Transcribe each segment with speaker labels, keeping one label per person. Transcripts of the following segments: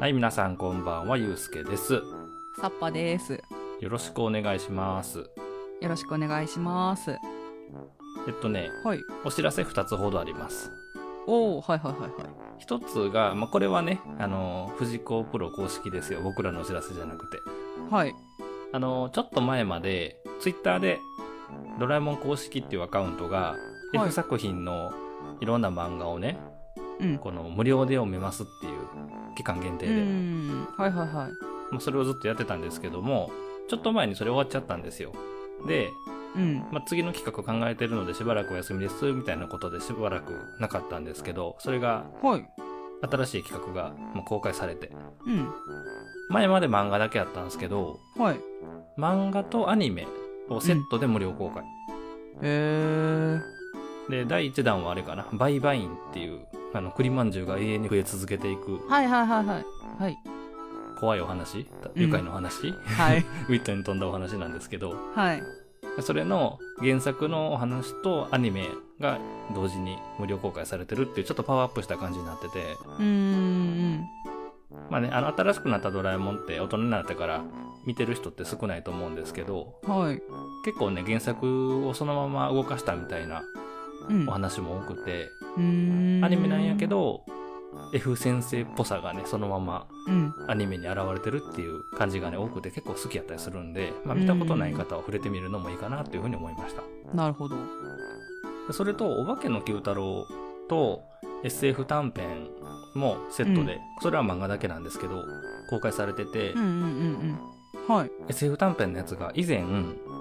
Speaker 1: はい、皆さんこんばんは、ゆうすけです。よ
Speaker 2: サッパです。
Speaker 1: ろしくお願いします。
Speaker 2: よろしくお願いします。
Speaker 1: えっとね、
Speaker 2: はい。
Speaker 1: お知らせ2つほどあります。
Speaker 2: おお、はいはいはいはい。
Speaker 1: 1つが、まあ、これはね、あの、藤子プロ公式ですよ。僕らのお知らせじゃなくて。
Speaker 2: はい。
Speaker 1: あの、ちょっと前まで、ツイッターで、ドラえもん公式っていうアカウントが、
Speaker 2: い
Speaker 1: F 作品のいろんな漫画をね、
Speaker 2: うん。
Speaker 1: この無料で読めますっていう期間限定
Speaker 2: う
Speaker 1: で、
Speaker 2: ん。はいはいはい。
Speaker 1: まあ、それをずっとやってたんですけども、ちょっと前にそれ終わっちゃったんですよ。で、
Speaker 2: うん。
Speaker 1: まあ、次の企画考えてるのでしばらくお休みですみたいなことでしばらくなかったんですけどそれが
Speaker 2: はい。
Speaker 1: 新しい企画がまあ公開されて
Speaker 2: うん。
Speaker 1: 前まで漫画だけあったんですけど
Speaker 2: はい。
Speaker 1: 漫画とアニメをセットで無料公開、
Speaker 2: へえ。
Speaker 1: で第1弾はあれかな「バイバイン」っていうあの栗まんじゅうが永遠に増え続けていく
Speaker 2: はいはいはいはい。はい。
Speaker 1: 怖いお話
Speaker 2: うん
Speaker 1: 愉快なお話、
Speaker 2: はい。
Speaker 1: ウィットに飛んだお話なんですけど
Speaker 2: はい。
Speaker 1: それの原作のお話とアニメが同時に無料公開されてるっていうちょっとパワーアップした感じになってて
Speaker 2: うーん。
Speaker 1: まあね、あの新しくなったドラえもんって大人になってから見てる人って少ないと思うんですけど
Speaker 2: はい。
Speaker 1: 結構ね原作をそのまま動かしたみたいな
Speaker 2: うん。
Speaker 1: お話も多くて、
Speaker 2: うーん。
Speaker 1: アニメなんやけ。ど F 先生っぽさがねそのまま
Speaker 2: うん。
Speaker 1: アニメに現れてるっていう感じがね多くて結構好きやったりするんで、まあ、見たことない方は触れてみるのもいいかなというふうに思いました
Speaker 2: なるほど。
Speaker 1: でそれと「お化けの九太郎」と SF 短編もセットで、
Speaker 2: う
Speaker 1: それは漫画だけなんですけど公開されてて、
Speaker 2: うんうんうんうん。はい。
Speaker 1: SF 短編のやつが以前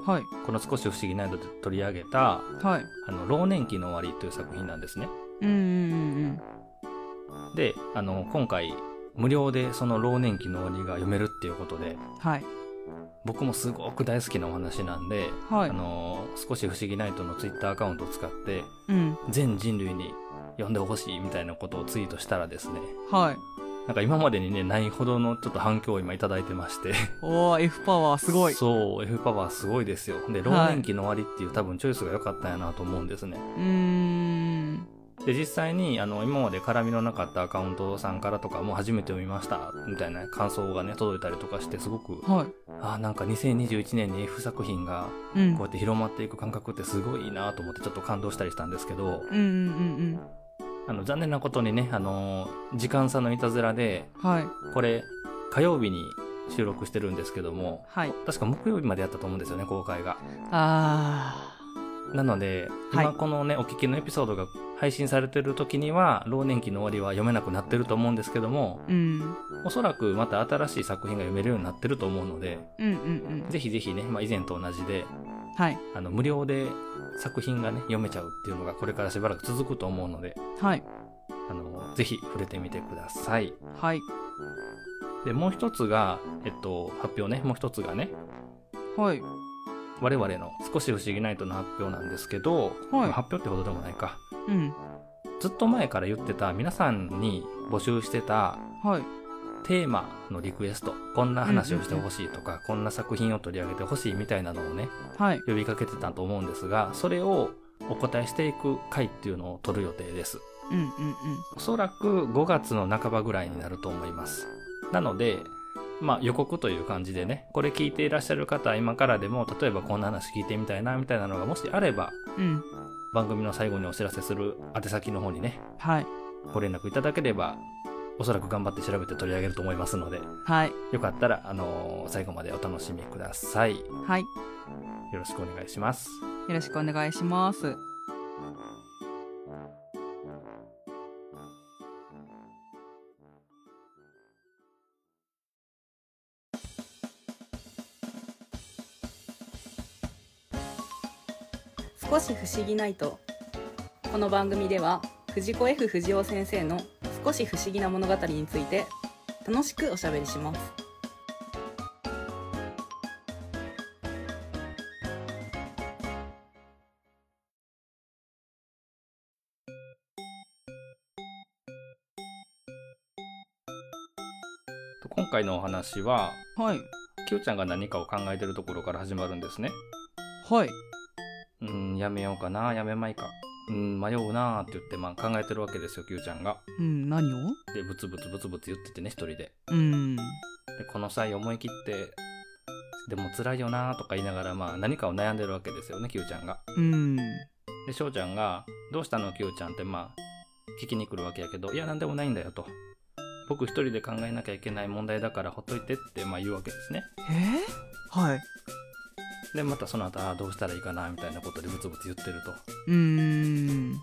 Speaker 2: はい。
Speaker 1: この「少し不思議な度」で取り上げた
Speaker 2: はい。
Speaker 1: 「あの老年期の終わり」という作品なんですね。
Speaker 2: うんうん
Speaker 1: であの今回無料でその老年期の終わりが読めるっていうことで
Speaker 2: うん。はい。
Speaker 1: 僕もすごく大好きなお話なんで、
Speaker 2: はい
Speaker 1: あ。の少し不思議ナイトのツイッターアカウントを使って
Speaker 2: うん。
Speaker 1: 全人類に読んでほしいみたいなことをツイートしたらですね
Speaker 2: はい。
Speaker 1: なんか今までにねないほどのちょっと反響を今いただいてまして
Speaker 2: おー、F パワーすごい。
Speaker 1: そう F パワーすごいですよで老年期の終わりっていう多分チョイスが良かったんやなと思うんですね
Speaker 2: うーん。
Speaker 1: で実際にあの今まで絡みのなかったアカウントさんからとかもう初めて読みましたみたいな感想がね届いたりとかしてすごく
Speaker 2: は
Speaker 1: あーなんか2021年に F 作品が
Speaker 2: い。うん。
Speaker 1: こうやって広まっていく感覚ってすごいいいなと思ってちょっと感動したりしたんですけど
Speaker 2: うんうんうん
Speaker 1: あの残念なことにねあのー時間差のいたずらで
Speaker 2: うん。はい。
Speaker 1: これ火曜日に収録してるんですけども
Speaker 2: はい。
Speaker 1: 確か木曜日までやったと思うんですよね公開が
Speaker 2: あ
Speaker 1: なので、
Speaker 2: はい
Speaker 1: 今このね、お聞きのエピソードが配信されてる時には、老年期の終わりは読めなくなってると思うんですけども、
Speaker 2: ー。うん。
Speaker 1: おそらくまた新しい作品が読めるようになってると思うので、
Speaker 2: うんうんうん。
Speaker 1: ぜひぜひね、まあ、以前と同じで、
Speaker 2: はい。
Speaker 1: あの、無料で作品がね、読めちゃうっていうのがこれからしばらく続くと思うので、
Speaker 2: はい。
Speaker 1: あの、ぜひ触れてみてください。
Speaker 2: はい。
Speaker 1: で、もう一つが、えっと、発表ね、もう一つがね、
Speaker 2: はい。
Speaker 1: 我々の少し不思議ナイトの発表なんですけど、
Speaker 2: はい
Speaker 1: 発表ってほどでもないか。
Speaker 2: うん。
Speaker 1: ずっと前から言ってた皆さんに募集してた
Speaker 2: はい。
Speaker 1: テーマのリクエストこんな話をしてほしいとか、こんな作品を取り上げてほしいみたいなのをね
Speaker 2: はい。
Speaker 1: 呼びかけてたと思うんですがそれをお答えしていく回っていうのを取る予定です
Speaker 2: うんうんうん。
Speaker 1: おそらく5月の半ばぐらいになると思いますなのでまあ予告という感じでねこれ聞いていらっしゃる方は今からでも例えばこんな話聞いてみたいなみたいなのがもしあれば
Speaker 2: うん。
Speaker 1: 番組の最後にお知らせする宛先の方にね
Speaker 2: はい。
Speaker 1: ご連絡いただければおそらく頑張って調べて取り上げると思いますので
Speaker 2: はい。
Speaker 1: よかったら、あのー最後までお楽しみくださいよ
Speaker 2: はい。よ
Speaker 1: ろしくお願いします
Speaker 2: ろしくお願いします。
Speaker 3: 少し不思議ないとこの番組では藤子 F 不二雄先生の少し不思議な物語について楽しくおしゃべりします
Speaker 1: と今回のお話は
Speaker 2: はい。
Speaker 1: きよちゃんが何かを考えてるところから始まるんですね
Speaker 2: はい。
Speaker 1: うん、やめようかな、やめまいか。うん、迷うなーって言って、まあ考えてるわけですよ、Q ちゃんが。
Speaker 2: うん、何を
Speaker 1: で、ブツブツブツブツ言っててね、一人で。で、
Speaker 2: うん。
Speaker 1: この際思い切って、でも辛いよなーとか言いながら、まあ何かを悩んでるわけですよね、Q ちゃんが。
Speaker 2: うん。
Speaker 1: で、翔ちゃんが、どうしたの、Q ちゃんって、まあ、聞きに来るわけやけど、いや、なんでもないんだよと。僕一人で考えなきゃいけない問題だからほっといてって、まあ言うわけですね。
Speaker 2: えー、はい。
Speaker 1: で、またその後、ああ、どうしたらいいかな、みたいなことでブツブツ言ってると。
Speaker 2: うーん。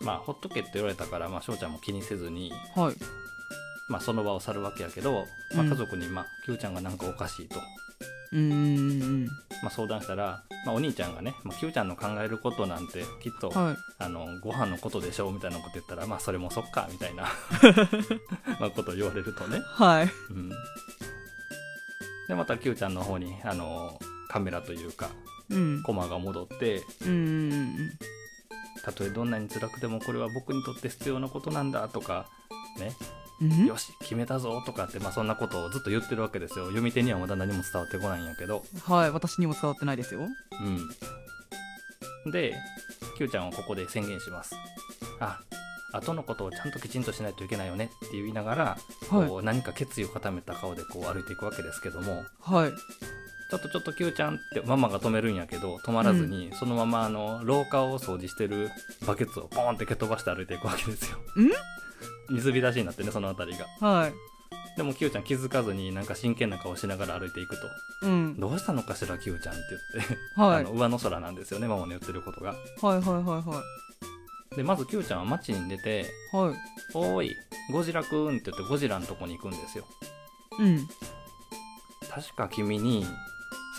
Speaker 1: まあ、ほっとけって言われたから、まあ、翔ちゃんも気にせずに、
Speaker 2: はい。
Speaker 1: まあ、その場を去るわけやけど、まあ、
Speaker 2: うん
Speaker 1: 家族に、まあ、キューちゃんがなんかおかしいと、
Speaker 2: うーん。
Speaker 1: まあ、相談したら、まあ、お兄ちゃんがね、まあ、キューちゃんの考えることなんて、きっと、
Speaker 2: はい。
Speaker 1: あの、ご飯のことでしょう、みたいなこと言ったら、まあ、それもそっか、みたい な、まあ、ことを言われるとね。
Speaker 2: はい。
Speaker 1: うん。で、またキューちゃんの方に、あの、カメラというか、
Speaker 2: うん。
Speaker 1: コマが戻って、
Speaker 2: うん。
Speaker 1: たとえどんなに辛くてもこれは僕にとって必要なことなんだとか、ね、
Speaker 2: うん。
Speaker 1: よし決めたぞとかって、まあ、そんなことをずっと言ってるわけですよ読み手にはまだ何も伝わってこないんやけど
Speaker 2: はい。私にも伝わってないですよ。
Speaker 1: うんで Q ちゃんはここで宣言しますあ後のことをちゃんときちんとしないといけないよねって言いながら、
Speaker 2: はい。
Speaker 1: こう何か決意を固めた顔でこう歩いていくわけですけども
Speaker 2: はい。
Speaker 1: ちょっとちょっと Q ちゃんってママが止めるんやけど止まらずに、そのままあの廊下を掃除してるバケツをポーンって蹴飛ばして歩いていくわけですよ。水浸しになってねその辺りが。
Speaker 2: はい。
Speaker 1: でもキューちゃん気づかずになんか真剣な顔しながら歩いていくと
Speaker 2: うん
Speaker 1: 「。どうしたのかしらキューちゃん」って言って、
Speaker 2: はい。
Speaker 1: あの上の空なんですよねママの言ってることが
Speaker 2: はいはいはいは
Speaker 1: でまずキューちゃんは街に出て
Speaker 2: い。はい。
Speaker 1: 「おーいゴジラくん」って言ってゴジラのとこに行くんですよ
Speaker 2: うん。
Speaker 1: 確か君に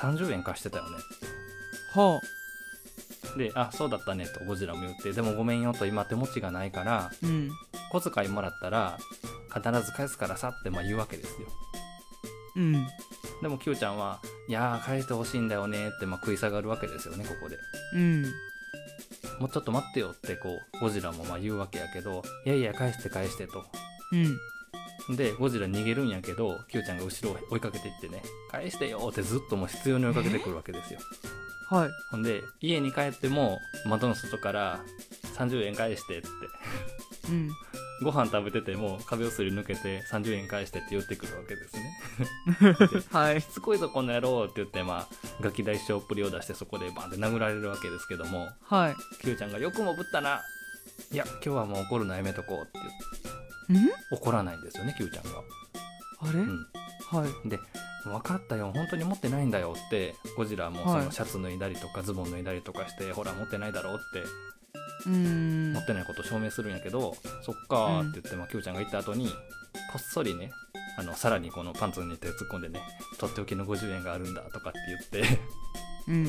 Speaker 1: 30円貸してたよね
Speaker 2: は
Speaker 1: で「あそうだったね」とゴジラも言って「でもごめんよ」と今手持ちがないから
Speaker 2: あ。うん。
Speaker 1: 小遣いもらったら必ず返すからさってまあ言うわけですよ
Speaker 2: うん。
Speaker 1: でもキューちゃんは「いやー返してほしいんだよね」ってまあ食い下がるわけですよねここで
Speaker 2: うん。
Speaker 1: もうちょっと待ってよってこうゴジラもまあ言うわけやけどいやいや返して返してと
Speaker 2: うん。
Speaker 1: でゴジラ逃げるんやけどキュウちゃんが後ろを追いかけていってね返してよってずっともう必要に追いかけてくるわけですよ
Speaker 2: はい。
Speaker 1: ほんで家に帰っても窓の外から30円返してって
Speaker 2: うん。
Speaker 1: ご飯食べてても壁をすり抜けて30円返してって言ってくるわけですね
Speaker 2: はい。
Speaker 1: しつこいぞこの野郎って言ってまあガキ大将っぷりを出してそこでバンって殴られるわけですけども
Speaker 2: はい。
Speaker 1: キュウちゃんがよくもぶったないや今日はもう怒るのやめとこうって言って
Speaker 2: うん
Speaker 1: 怒らないんですよね、キューちゃんが。
Speaker 2: あれ、
Speaker 1: う
Speaker 2: はい。
Speaker 1: ん、で、分かったよ、本当に持ってないんだよって、ゴジラもそ
Speaker 2: はい
Speaker 1: のシャツ脱いだりとか、ズボン脱いだりとかして、ほら、持ってないだろうって、
Speaker 2: うーん
Speaker 1: 持っ。てないことを証明するんやけど、そっかーって言って、まあ、キューちゃんが言った後に、こっそりね、あのさらにこのパンツに手突っ込んでね、とっておきの50円があるんだとかって言 って
Speaker 2: うん。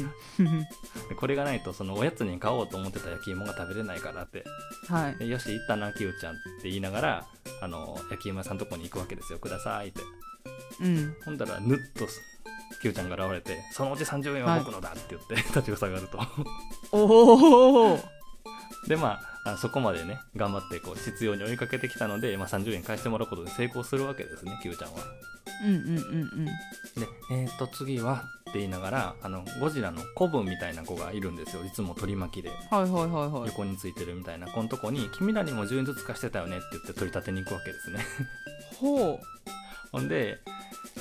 Speaker 1: で、これがないと、そのおやつに買おうと思ってた焼き芋が食べれないからって、
Speaker 2: はい。
Speaker 1: でよし、行ったな、キューちゃんって言いながら、あの焼き芋屋さんのとこに行くわけですよ、くださいって。
Speaker 2: うん。
Speaker 1: ほんだら、ぬっと、キューちゃんが現れて、そのうち30円は僕のだって言って、 立ちふさがると。
Speaker 2: おお。
Speaker 1: で、まあ、あそこまでね、頑張って、こう、執拗に追いかけてきたので、まあ、30円返してもらうことで成功するわけですね、キューちゃんは。
Speaker 2: うんうんうん
Speaker 1: で、えー、と、次は、って言いながら、あの、ゴジラの子分みたいな子がいるんですよ。いつも取り巻きで、
Speaker 2: うん。はいはいはいはい。
Speaker 1: 横についてるみたいな子のとこに、君らにも10円ずつ貸してたよねって言って取り立てに行くわけですね。
Speaker 2: ほ
Speaker 1: ほんで、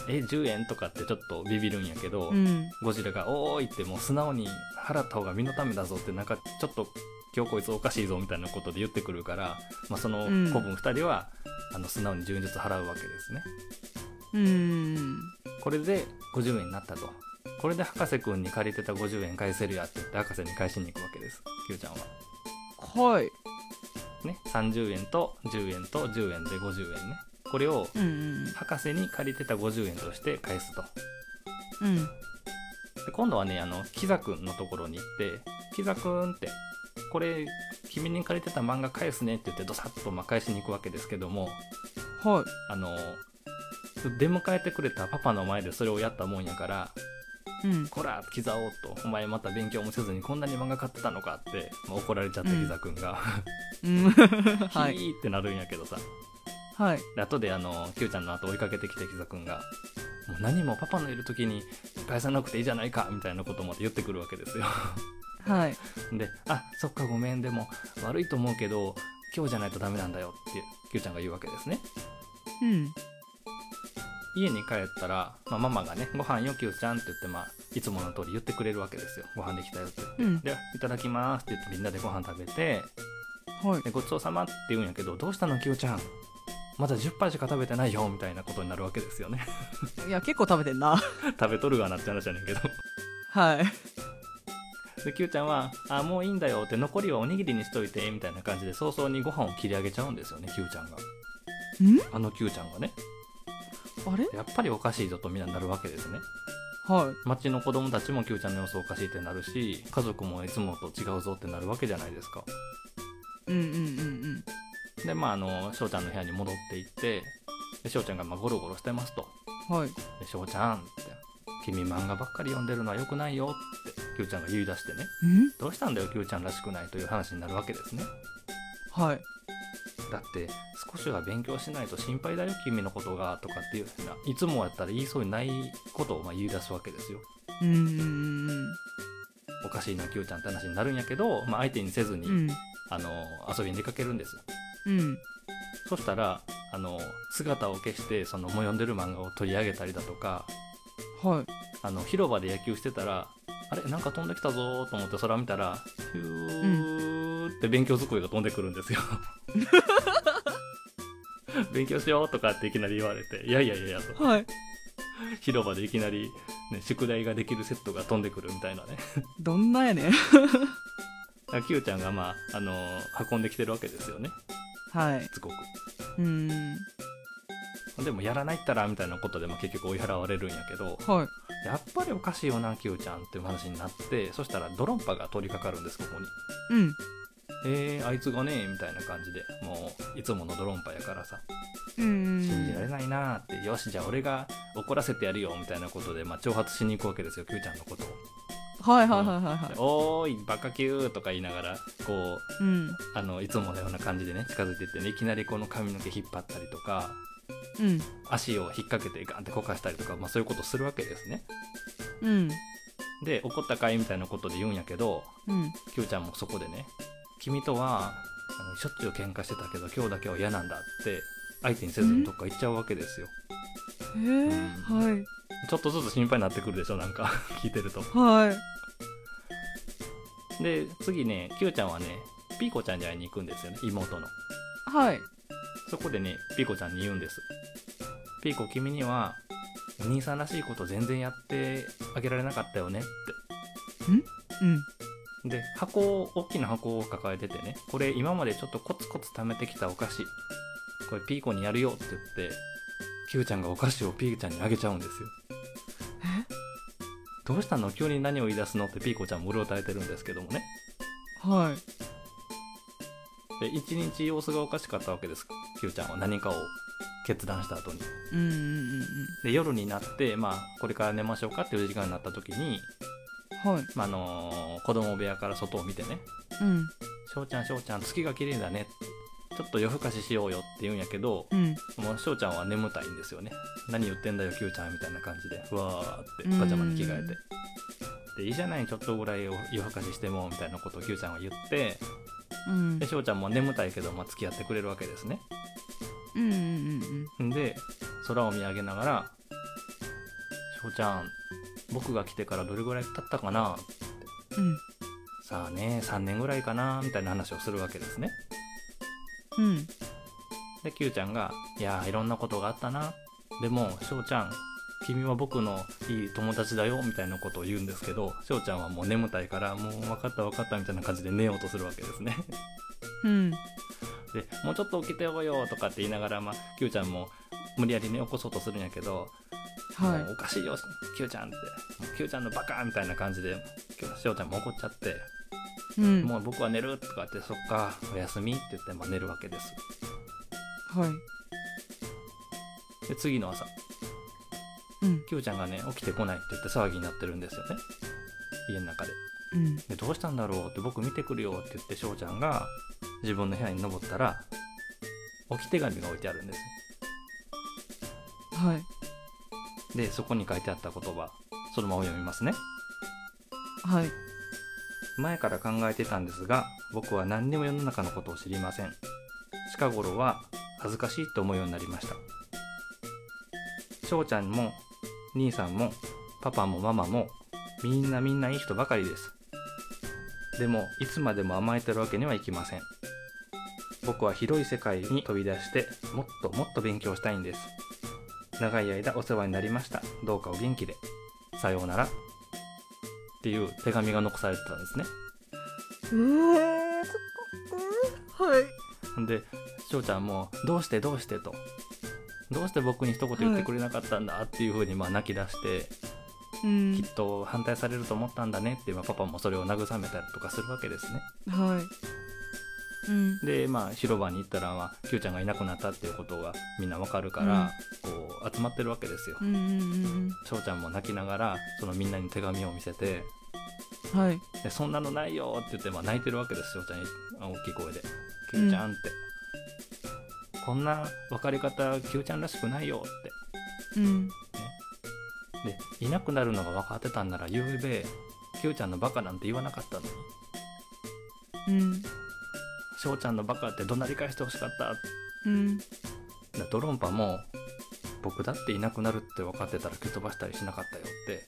Speaker 1: え、10円とかってちょっとビビるんやけど、
Speaker 2: う。うん。
Speaker 1: ゴジラが「おーい!」ってもう素直に「払った方が身のためだぞ」ってなんかちょっと今日こいつおかしいぞみたいなことで言ってくるから、まあ、その
Speaker 2: うん
Speaker 1: 子分2人は、あの素直に10円ずつ払うわけですね
Speaker 2: うーん。
Speaker 1: これで50円になったとこれで博士くんに借りてた50円返せるやって言って博士に返しに行くわけです Q ちゃんは
Speaker 2: はい。
Speaker 1: ね30円と10円と10円で50円ねこれを
Speaker 2: うんうん
Speaker 1: 博士に借りてた50円として返すと
Speaker 2: うん。うん。
Speaker 1: で今度はねあのキザくんのところに行って「キザくん」って「これ君に借りてた漫画返すね」って言ってどさっとまあ返しに行くわけですけども
Speaker 2: はい。
Speaker 1: あの出迎えてくれたパパの前でそれをやったもんやから
Speaker 2: うん
Speaker 1: 「。こらキザお」と「お前また勉強もせずにこんなに漫画買ってたのか」って、まあ怒られちゃって
Speaker 2: うん
Speaker 1: キザくんが
Speaker 2: うん。
Speaker 1: 「
Speaker 2: は
Speaker 1: ひ
Speaker 2: い。
Speaker 1: ー」ってなるんやけどさ
Speaker 2: はい。
Speaker 1: で後であのキューちゃんの後追いかけてきてキザくんが「もう何もパパのいる時に返さなくていいじゃないかみたいなことまで言ってくるわけですよ。
Speaker 2: はい。
Speaker 1: で「あそっかごめんでも悪いと思うけど今日じゃないとダメなんだよ」ってキュウちゃんが言うわけですね。
Speaker 2: うん。
Speaker 1: 家に帰ったら、まあ、ママがね「ご飯よキュウちゃん」って言って、まあ、いつもの通り言ってくれるわけですよ「ご飯できたよ」って。
Speaker 2: うん。
Speaker 1: で「いただきます」って言ってみんなでご飯食べて
Speaker 2: はい。
Speaker 1: で「ごちそうさま」って言うんやけど「どうしたのキュウちゃんまだ10杯しか食べてないよ」みたいなことになるわけですよね
Speaker 2: いや、結構食べてんな。
Speaker 1: 食べとるがなって話じゃねんけど
Speaker 2: はい。
Speaker 1: でキュウちゃんは「あもういいんだよ」って残りはおにぎりにしといてみたいな感じで早々にご飯を切り上げちゃうんですよねキュウちゃんが
Speaker 2: ん
Speaker 1: あのキュウちゃんがね
Speaker 2: あれ
Speaker 1: やっぱりおかしいぞとみんななるわけですね
Speaker 2: は
Speaker 1: 町の子供たちもキュウちゃんの様子おかしいってなるし家族もいつもと違うぞってなるわけじゃないですか
Speaker 2: い。うんうんうんうん。
Speaker 1: でまああの翔ちゃんの部屋に戻っていってで翔ちゃんがまあゴロゴロしてますと
Speaker 2: はい。
Speaker 1: で翔ちゃんって「君漫画ばっかり読んでるのは良くないよ」ってキュウちゃんが言い出してね
Speaker 2: ん
Speaker 1: 「どうしたんだよキュウちゃんらしくない」という話になるわけですね
Speaker 2: はい。
Speaker 1: だって少しは勉強しないと心配だよ君のことがとかっていうふうないつもやったら言いそうにないことをまあ言い出すわけですよ
Speaker 2: うんうんうん
Speaker 1: おかしいなキュウちゃんって話になるんやけど、まあ、相手にせずに、
Speaker 2: うん。うん。
Speaker 1: あの遊びに出かけるんですよ
Speaker 2: うん。
Speaker 1: そしたらあの姿を消してそのもう読んでる漫画を取り上げたりだとか
Speaker 2: はい。
Speaker 1: あの広場で野球してたらあれなんか飛んできたぞーと思って空見たらヒューって勉強机が飛んでくるんですよ 勉強しようとかっていきなり言われていやいやいやいやと
Speaker 2: はい。
Speaker 1: 広場でいきなり、ね、宿題ができるセットが飛んでくるみたいなね
Speaker 2: どんなやねん。
Speaker 1: だからキューちゃんがまああの運んできてるわけですよね
Speaker 2: はい
Speaker 1: し。つこく
Speaker 2: うん。
Speaker 1: でもやらないったらみたいなことでも結局追い払われるんやけど
Speaker 2: はい。
Speaker 1: やっぱりおかしいよなキューちゃんっていう話になってそしたらドロンパが取りかかるんですここに
Speaker 2: うん。
Speaker 1: 「えー、あいつがね」みたいな感じでもういつものドロンパやからさ
Speaker 2: うん。
Speaker 1: 信じられないなーって「よしじゃあ俺が怒らせてやるよ」みたいなことで、まあ、挑発しに行くわけですよキューちゃんのことを
Speaker 2: はいはいはいはいは
Speaker 1: で
Speaker 2: い。
Speaker 1: おーいバカキュー」とか言いながらこう
Speaker 2: うん。
Speaker 1: あのいつものような感じでね近づいてってねいきなりこの髪の毛引っ張ったりとか
Speaker 2: うん。
Speaker 1: 足を引っ掛けてガンってこかしたりとか、まあ、そういうことするわけですね
Speaker 2: うん。
Speaker 1: で怒ったかいみたいなことで言うんやけど
Speaker 2: うん。
Speaker 1: キューちゃんもそこでね君とはあのしょっちゅう喧嘩してたけど今日だけは嫌なんだって相手にせずにどっか行っちゃうわけですよ
Speaker 2: ええ。はい。
Speaker 1: ちょっとずつ心配になってくるでしょなんか 聞いてると
Speaker 2: はい。
Speaker 1: で次ねキューちゃんはねピーコちゃんに会いに行くんですよね妹の
Speaker 2: はい。
Speaker 1: そこでねピーコちゃんに言うんですピーコ君にはお兄さんらしいこと全然やってあげられなかったよねって
Speaker 2: うん。
Speaker 1: で箱を大きな箱を抱えててねこれ今までちょっとコツコツ貯めてきたお菓子これピーコにやるよって言ってキューちゃんがお菓子をピーちゃんにあげちゃうんですよどうしたの急に何を言い出すのってピーコちゃんもうろたえてるんですけどもね
Speaker 2: はい。
Speaker 1: で一日様子がおかしかったわけですキューちゃんは何かを決断した後に
Speaker 2: うんうんうん
Speaker 1: で夜になってまあこれから寝ましょうかっていう時間になった時に、
Speaker 2: うん。はい。
Speaker 1: まああのー子供部屋から外を見てね
Speaker 2: うん。
Speaker 1: 翔ちゃん翔ちゃん月が綺麗だねちょっと夜更かししようよって言うんやけど
Speaker 2: うん。
Speaker 1: もう翔ちゃんは眠たいんですよね何言ってんだよキューちゃんみたいな感じでうわーってパジャマに着替えてでいいじゃないちょっとぐらいお夜更かししてもみたいなことをキューちゃんは言って
Speaker 2: うん
Speaker 1: で。翔ちゃんも眠たいけど、まあ、付き合ってくれるわけですね
Speaker 2: うんうんうん
Speaker 1: で空を見上げながら「翔ちゃん僕が来てからどれぐらい経ったかな
Speaker 2: うん。
Speaker 1: さあね3年ぐらいかな」みたいな話をするわけですね
Speaker 2: うん。
Speaker 1: で、キューちゃんが、いやー、いろんなことがあったな。でも、翔ちゃん、君は僕のいい友達だよ、みたいなことを言うんですけど、翔ちゃんはもう眠たいから、もう分かった分かった、みたいな感じで寝ようとするわけですね。
Speaker 2: うん。
Speaker 1: で、もうちょっと起きてよよ、とかって言いながら、まあ、キューちゃんも無理やりね、起こそうとするんやけど、
Speaker 2: は
Speaker 1: もうおかしいよ、キューちゃんって。キューちゃんのバカみたいな感じで、翔ちゃんも怒っちゃって、
Speaker 2: い。うん。
Speaker 1: もう僕は寝る、とかって、そっか、おやすみって言って、まあ、寝るわけです。
Speaker 2: はい。
Speaker 1: で、次の朝、
Speaker 2: うん。
Speaker 1: キューちゃんがね起きてこないって言って騒ぎになってるんですよね家の中で
Speaker 2: うん。
Speaker 1: でどうしたんだろうって僕見てくるよって言って翔ちゃんが自分の部屋に登ったら置き手紙が置いてあるんです
Speaker 2: はい。
Speaker 1: でそこに書いてあった言葉そのまま読みますね
Speaker 2: はい
Speaker 1: 前から考えてたんですが僕は何にも世の中のことを知りません近頃は恥ずかしいと思うようになりました翔ちゃんも兄さんもパパもママもみんなみんないい人ばかりですでもいつまでも甘えてるわけにはいきません僕は広い世界に飛び出してもっともっと勉強したいんです長い間お世話になりましたどうかお元気でさようならっていう手紙が残されてたんですね
Speaker 2: えー、ちょっとはい
Speaker 1: で翔ちゃんも「どうしてどうして」と「どうして僕に一言言ってくれなかったんだ」っていうふうにまあ泣き出して、
Speaker 2: うん
Speaker 1: きっと反対されると思ったんだねってまあパパもそれを慰めたりとかするわけですね
Speaker 2: はいうん
Speaker 1: でまあ広場に行ったら、まあ、キューちゃんがいなくなったっていうことがみんなわかるから、こう集まってるわけですよ
Speaker 2: うんうんうん
Speaker 1: 翔ちゃんも泣きながらそのみんなに手紙を見せて
Speaker 2: うんはい
Speaker 1: 「でそんなのないよ」って言って、まあ、泣いてるわけです翔ちゃんに大きい声で「キューちゃん」って、こんな別れ方キューちゃんらしくないよ」って
Speaker 2: うん
Speaker 1: でいなくなるのが分かってたんならゆうべキューちゃんのバカなんて言わなかったのに
Speaker 2: うん
Speaker 1: 翔ちゃんのバカって怒鳴り返してほしかった
Speaker 2: うん
Speaker 1: だドロンパも僕だっていなくなるって分かってたら蹴飛ばしたりしなかったよって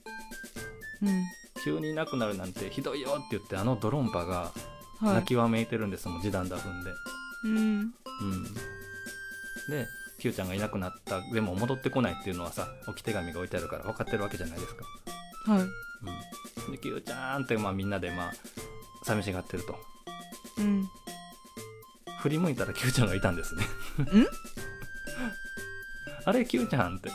Speaker 2: うん
Speaker 1: 急にいなくなるなんてひどいよって言ってあのドロンパが
Speaker 2: はい
Speaker 1: 泣きわめいてるんですもん示談だ踏んで
Speaker 2: うん
Speaker 1: うんでキューちゃんがいなくなったでも戻ってこないっていうのはさ置き手紙が置いてあるから分かってるわけじゃないですか
Speaker 2: はい
Speaker 1: うんでキューちゃんってまあみんなでまあ寂しがってると
Speaker 2: うん
Speaker 1: 振り向いたらキューちゃんがいたんですね
Speaker 2: ん
Speaker 1: あれキューちゃんって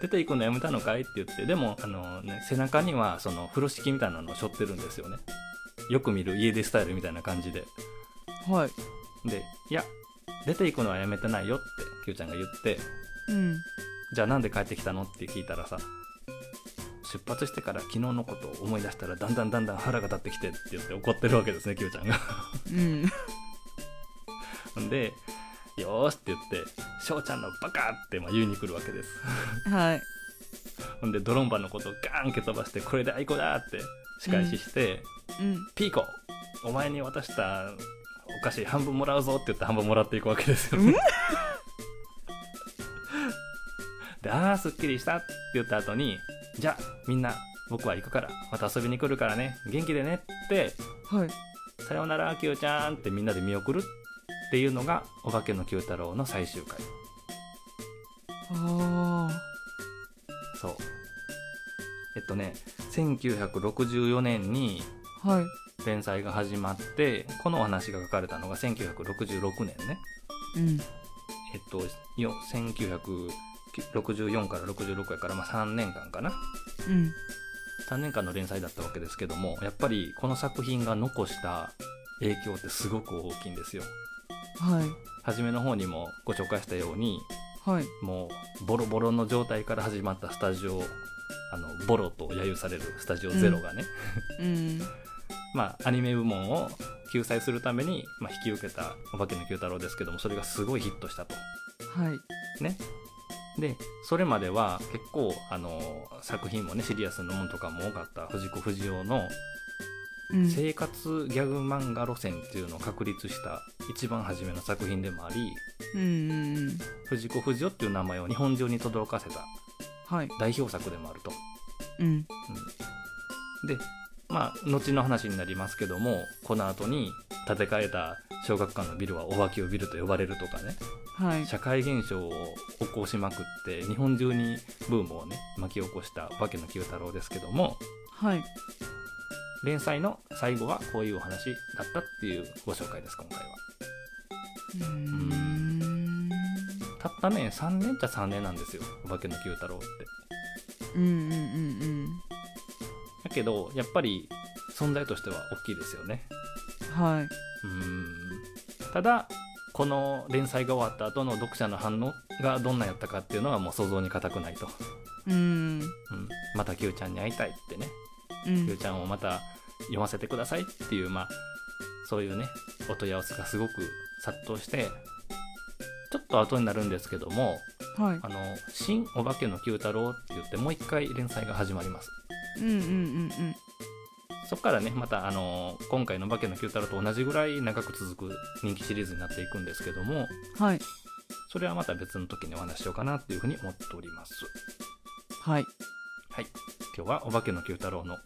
Speaker 1: 出て行くのやめたのかいって言ってでもあの、ね、背中にはその風呂敷みたいなのを背負ってるんですよねよく見る家出スタイルみたいな感じで
Speaker 2: はい
Speaker 1: でいや出て行くのはやめてないよってキューちゃんが言って
Speaker 2: うん
Speaker 1: じゃあなんで帰ってきたのって聞いたらさ出発してから昨日のことを思い出したらだんだんだんだん腹が立ってきてって言って怒ってるわけですねキューちゃんが
Speaker 2: うん
Speaker 1: で、よーしって言って、翔ちゃんのバカってまあ言いに来るわけです。
Speaker 2: はい
Speaker 1: ほんで、ドロンバのことをガーン蹴飛ばして、これで愛子だって仕返しして、
Speaker 2: うん
Speaker 1: ピーコ、お前に渡したお菓子半分もらうぞって言って半分もらっていくわけですよね。 で、あー、すっきりしたって言った後に、じゃあ、みんな、僕は行くから、また遊びに来るからね、元気でねって、
Speaker 2: はい
Speaker 1: さようなら、キヨちゃんってみんなで見送るっていうのが、お化けの Q 太郎の最終回。
Speaker 2: ああ
Speaker 1: そう。えっとね、1964年に
Speaker 2: はい
Speaker 1: 連載が始まって、このお話が書かれたのが1966年ね。
Speaker 2: うん
Speaker 1: えっと、よ1964から66やから、まあ3年間かな。
Speaker 2: うん
Speaker 1: 3年間の連載だったわけですけども、やっぱりこの作品が残した影響ってすごく大きいんですよ。
Speaker 2: はい
Speaker 1: 初めの方にもご紹介したように、
Speaker 2: はい
Speaker 1: もうボロボロの状態から始まったスタジオ、あの、ボロと揶揄されるスタジオゼロがね、
Speaker 2: うん
Speaker 1: まあ、アニメ部門を救済するために、まあ、引き受けた「お化けの Q 太郎」ですけどもそれがすごいヒットしたと。
Speaker 2: はい
Speaker 1: ね、でそれまでは結構、あの作品もねシリアスなものとかも多かった藤子不二雄の
Speaker 2: うん
Speaker 1: 生活ギャグ漫画路線っていうのを確立した一番初めの作品でもあり
Speaker 2: うんうんうん
Speaker 1: 藤子不二雄っていう名前を日本中に轟かせた
Speaker 2: はい
Speaker 1: 代表作でもあると。
Speaker 2: うん
Speaker 1: でまあ後の話になりますけどもこの後に建て替えた小学館のビルはお化けをビルと呼ばれるとかね
Speaker 2: はい
Speaker 1: 社会現象を起こしまくって日本中にブームをね巻き起こした「お化けの Q 太郎」ですけども
Speaker 2: はい
Speaker 1: 連載の最後はこういうお話だったっていうご紹介です今回は
Speaker 2: うーん
Speaker 1: たったね3年っちゃ3年なんですよ「お化けの Q 太郎」って
Speaker 2: うんうんうん
Speaker 1: だけどやっぱり存在としては大きいですよね
Speaker 2: うんはい
Speaker 1: うんただこの連載が終わった後の読者の反応がどんなんやったかっていうのはもう想像に難くないと、
Speaker 2: うん
Speaker 1: うん、また Q ちゃんに会いたいってね
Speaker 2: う
Speaker 1: Q
Speaker 2: ん
Speaker 1: ちゃんをまた読ませてくださいっていうまあそういうねお問い合わせがすごく殺到してちょっと後になるんですけども
Speaker 2: はい
Speaker 1: あの「新お化けの九太郎」って言ってもう一回連載が始まります
Speaker 2: うんうんうんうん
Speaker 1: そこからねまたあの今回の「お化けの九太郎」と同じぐらい長く続く人気シリーズになっていくんですけども
Speaker 2: はい
Speaker 1: それはまた別の時にお話ししようかなっていうふうに思っております
Speaker 2: はい
Speaker 1: はい今日は「お化けの九太郎」の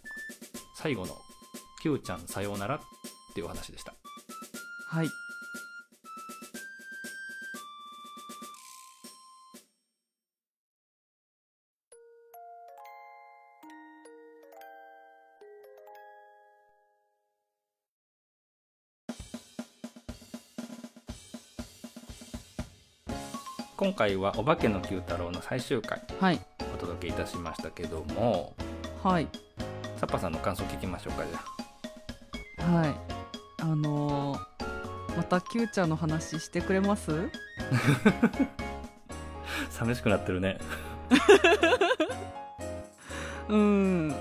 Speaker 1: 最後の「九ちゃんさようなら」っていうお話でした
Speaker 2: はい
Speaker 1: 今回は「お化けの九太郎」の最終回
Speaker 2: はい
Speaker 1: お届けいたしましたけども
Speaker 2: はい
Speaker 1: サッパさんの感想聞きましょうかじゃあ
Speaker 2: はいあのーまたキューちゃんの話してくれます
Speaker 1: 寂しくなってるね
Speaker 2: うん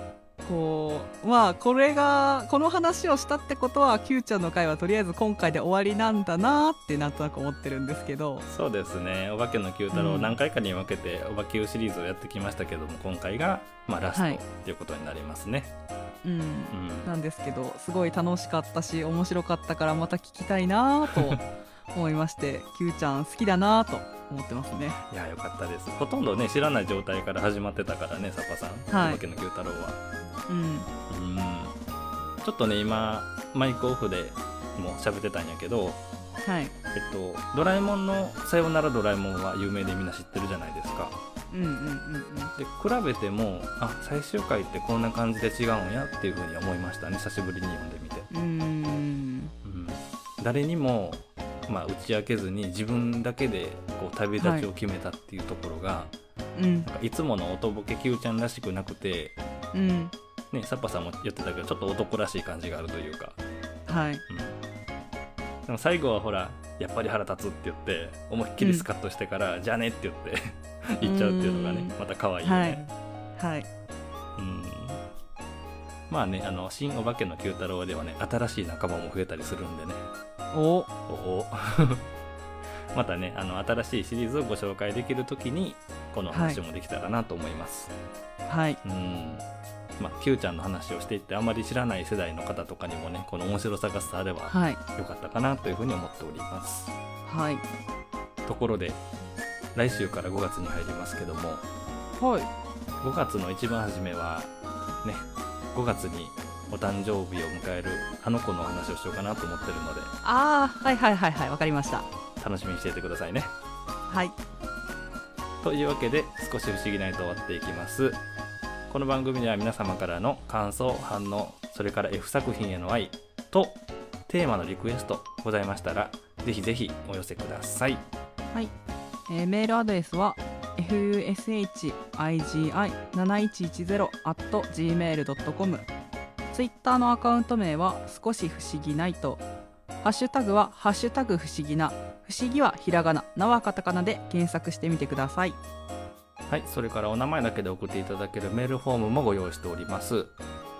Speaker 2: こうまあこれがこの話をしたってことはキューちゃんの回はとりあえず今回で終わりなんだなってなんとなく思ってるんですけど
Speaker 1: そうですね「お化けの九太郎」
Speaker 2: うん
Speaker 1: 何回かに分けて「お化け湯」シリーズをやってきましたけども今回が、まあ、ラス
Speaker 2: はい
Speaker 1: トっていうことになりますね、
Speaker 2: うん
Speaker 1: うん
Speaker 2: なんですけどすごい楽しかったし面白かったからまた聞きたいなと思いましてキューちゃん好きだなと思ってますね
Speaker 1: いやよかったですほとんどね知らない状態から始まってたからねサッパさん「
Speaker 2: はい
Speaker 1: お化けの九太郎は」
Speaker 2: うん
Speaker 1: うんちょっとね今マイクオフでも喋ってたんやけど
Speaker 2: はい
Speaker 1: えっと「ドラえもんのさよならドラえもん」は有名でみんな知ってるじゃないですか
Speaker 2: うんうんうんうん
Speaker 1: で比べてもあ最終回ってこんな感じで違うんやっていうふうに思いましたね久しぶりに読んでみて、
Speaker 2: うーん
Speaker 1: うん、誰にも、まあ、打ち明けずに自分だけでこう旅立ちを決めたっていうところが、
Speaker 2: うん
Speaker 1: なんかいつもの音ボケ Q ちゃんらしくなくて、
Speaker 2: うん
Speaker 1: ね、サッパさんも言ってたけどちょっと男らしい感じがあるというか、
Speaker 2: はい
Speaker 1: うん、でも最後はほらやっぱり腹立つって言って思いっきりスカッとしてから、じゃあねって言って 言っちゃうっていうのがね
Speaker 2: う
Speaker 1: また可愛いよね。
Speaker 2: はいはい
Speaker 1: うんまあね、あの、新お化けの九太郎ではね、新しい仲間も増えたりするんでね、
Speaker 2: お
Speaker 1: おお またね、あの、新しいシリーズをご紹介できるときに、この話もできたらなと思います。
Speaker 2: はい
Speaker 1: うん。まあ、Q ちゃんの話をしていって、あまり知らない世代の方とかにもね、この面白さが伝われば
Speaker 2: はい
Speaker 1: よかったかなというふうに思っております。
Speaker 2: はい
Speaker 1: ところで、来週から5月に入りますけども、
Speaker 2: はい
Speaker 1: 5月の一番初めはね5月にお誕生日を迎えるあの子のお話をしようかなと思ってるので
Speaker 2: ああはいはいはいはいわかりました
Speaker 1: 楽しみにしていてくださいね
Speaker 2: はい
Speaker 1: というわけで少し不思議な夜と終わっていきますこの番組では皆様からの感想反応それから F 作品への愛とテーマのリクエストございましたらぜひぜひお寄せください
Speaker 2: えーメールアドレスは fushigi7110@gmail.com ツイッターのアカウント名は少し不思議ないとハッシュタグはハッシュタグ不思議な不思議はひらがななはカタカナで検索してみてください
Speaker 1: はい、それからお名前だけで送っていただけるメールフォームもご用意しております。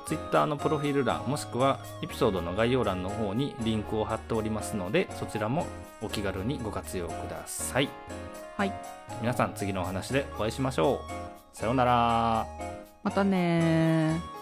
Speaker 1: Twitter のプロフィール欄もしくはエピソードの概要欄の方にリンクを貼っておりますのでそちらもお気軽にご活用ください。
Speaker 2: はい
Speaker 1: 皆さん次のお話でお会いしましょう。さようなら。
Speaker 2: またねー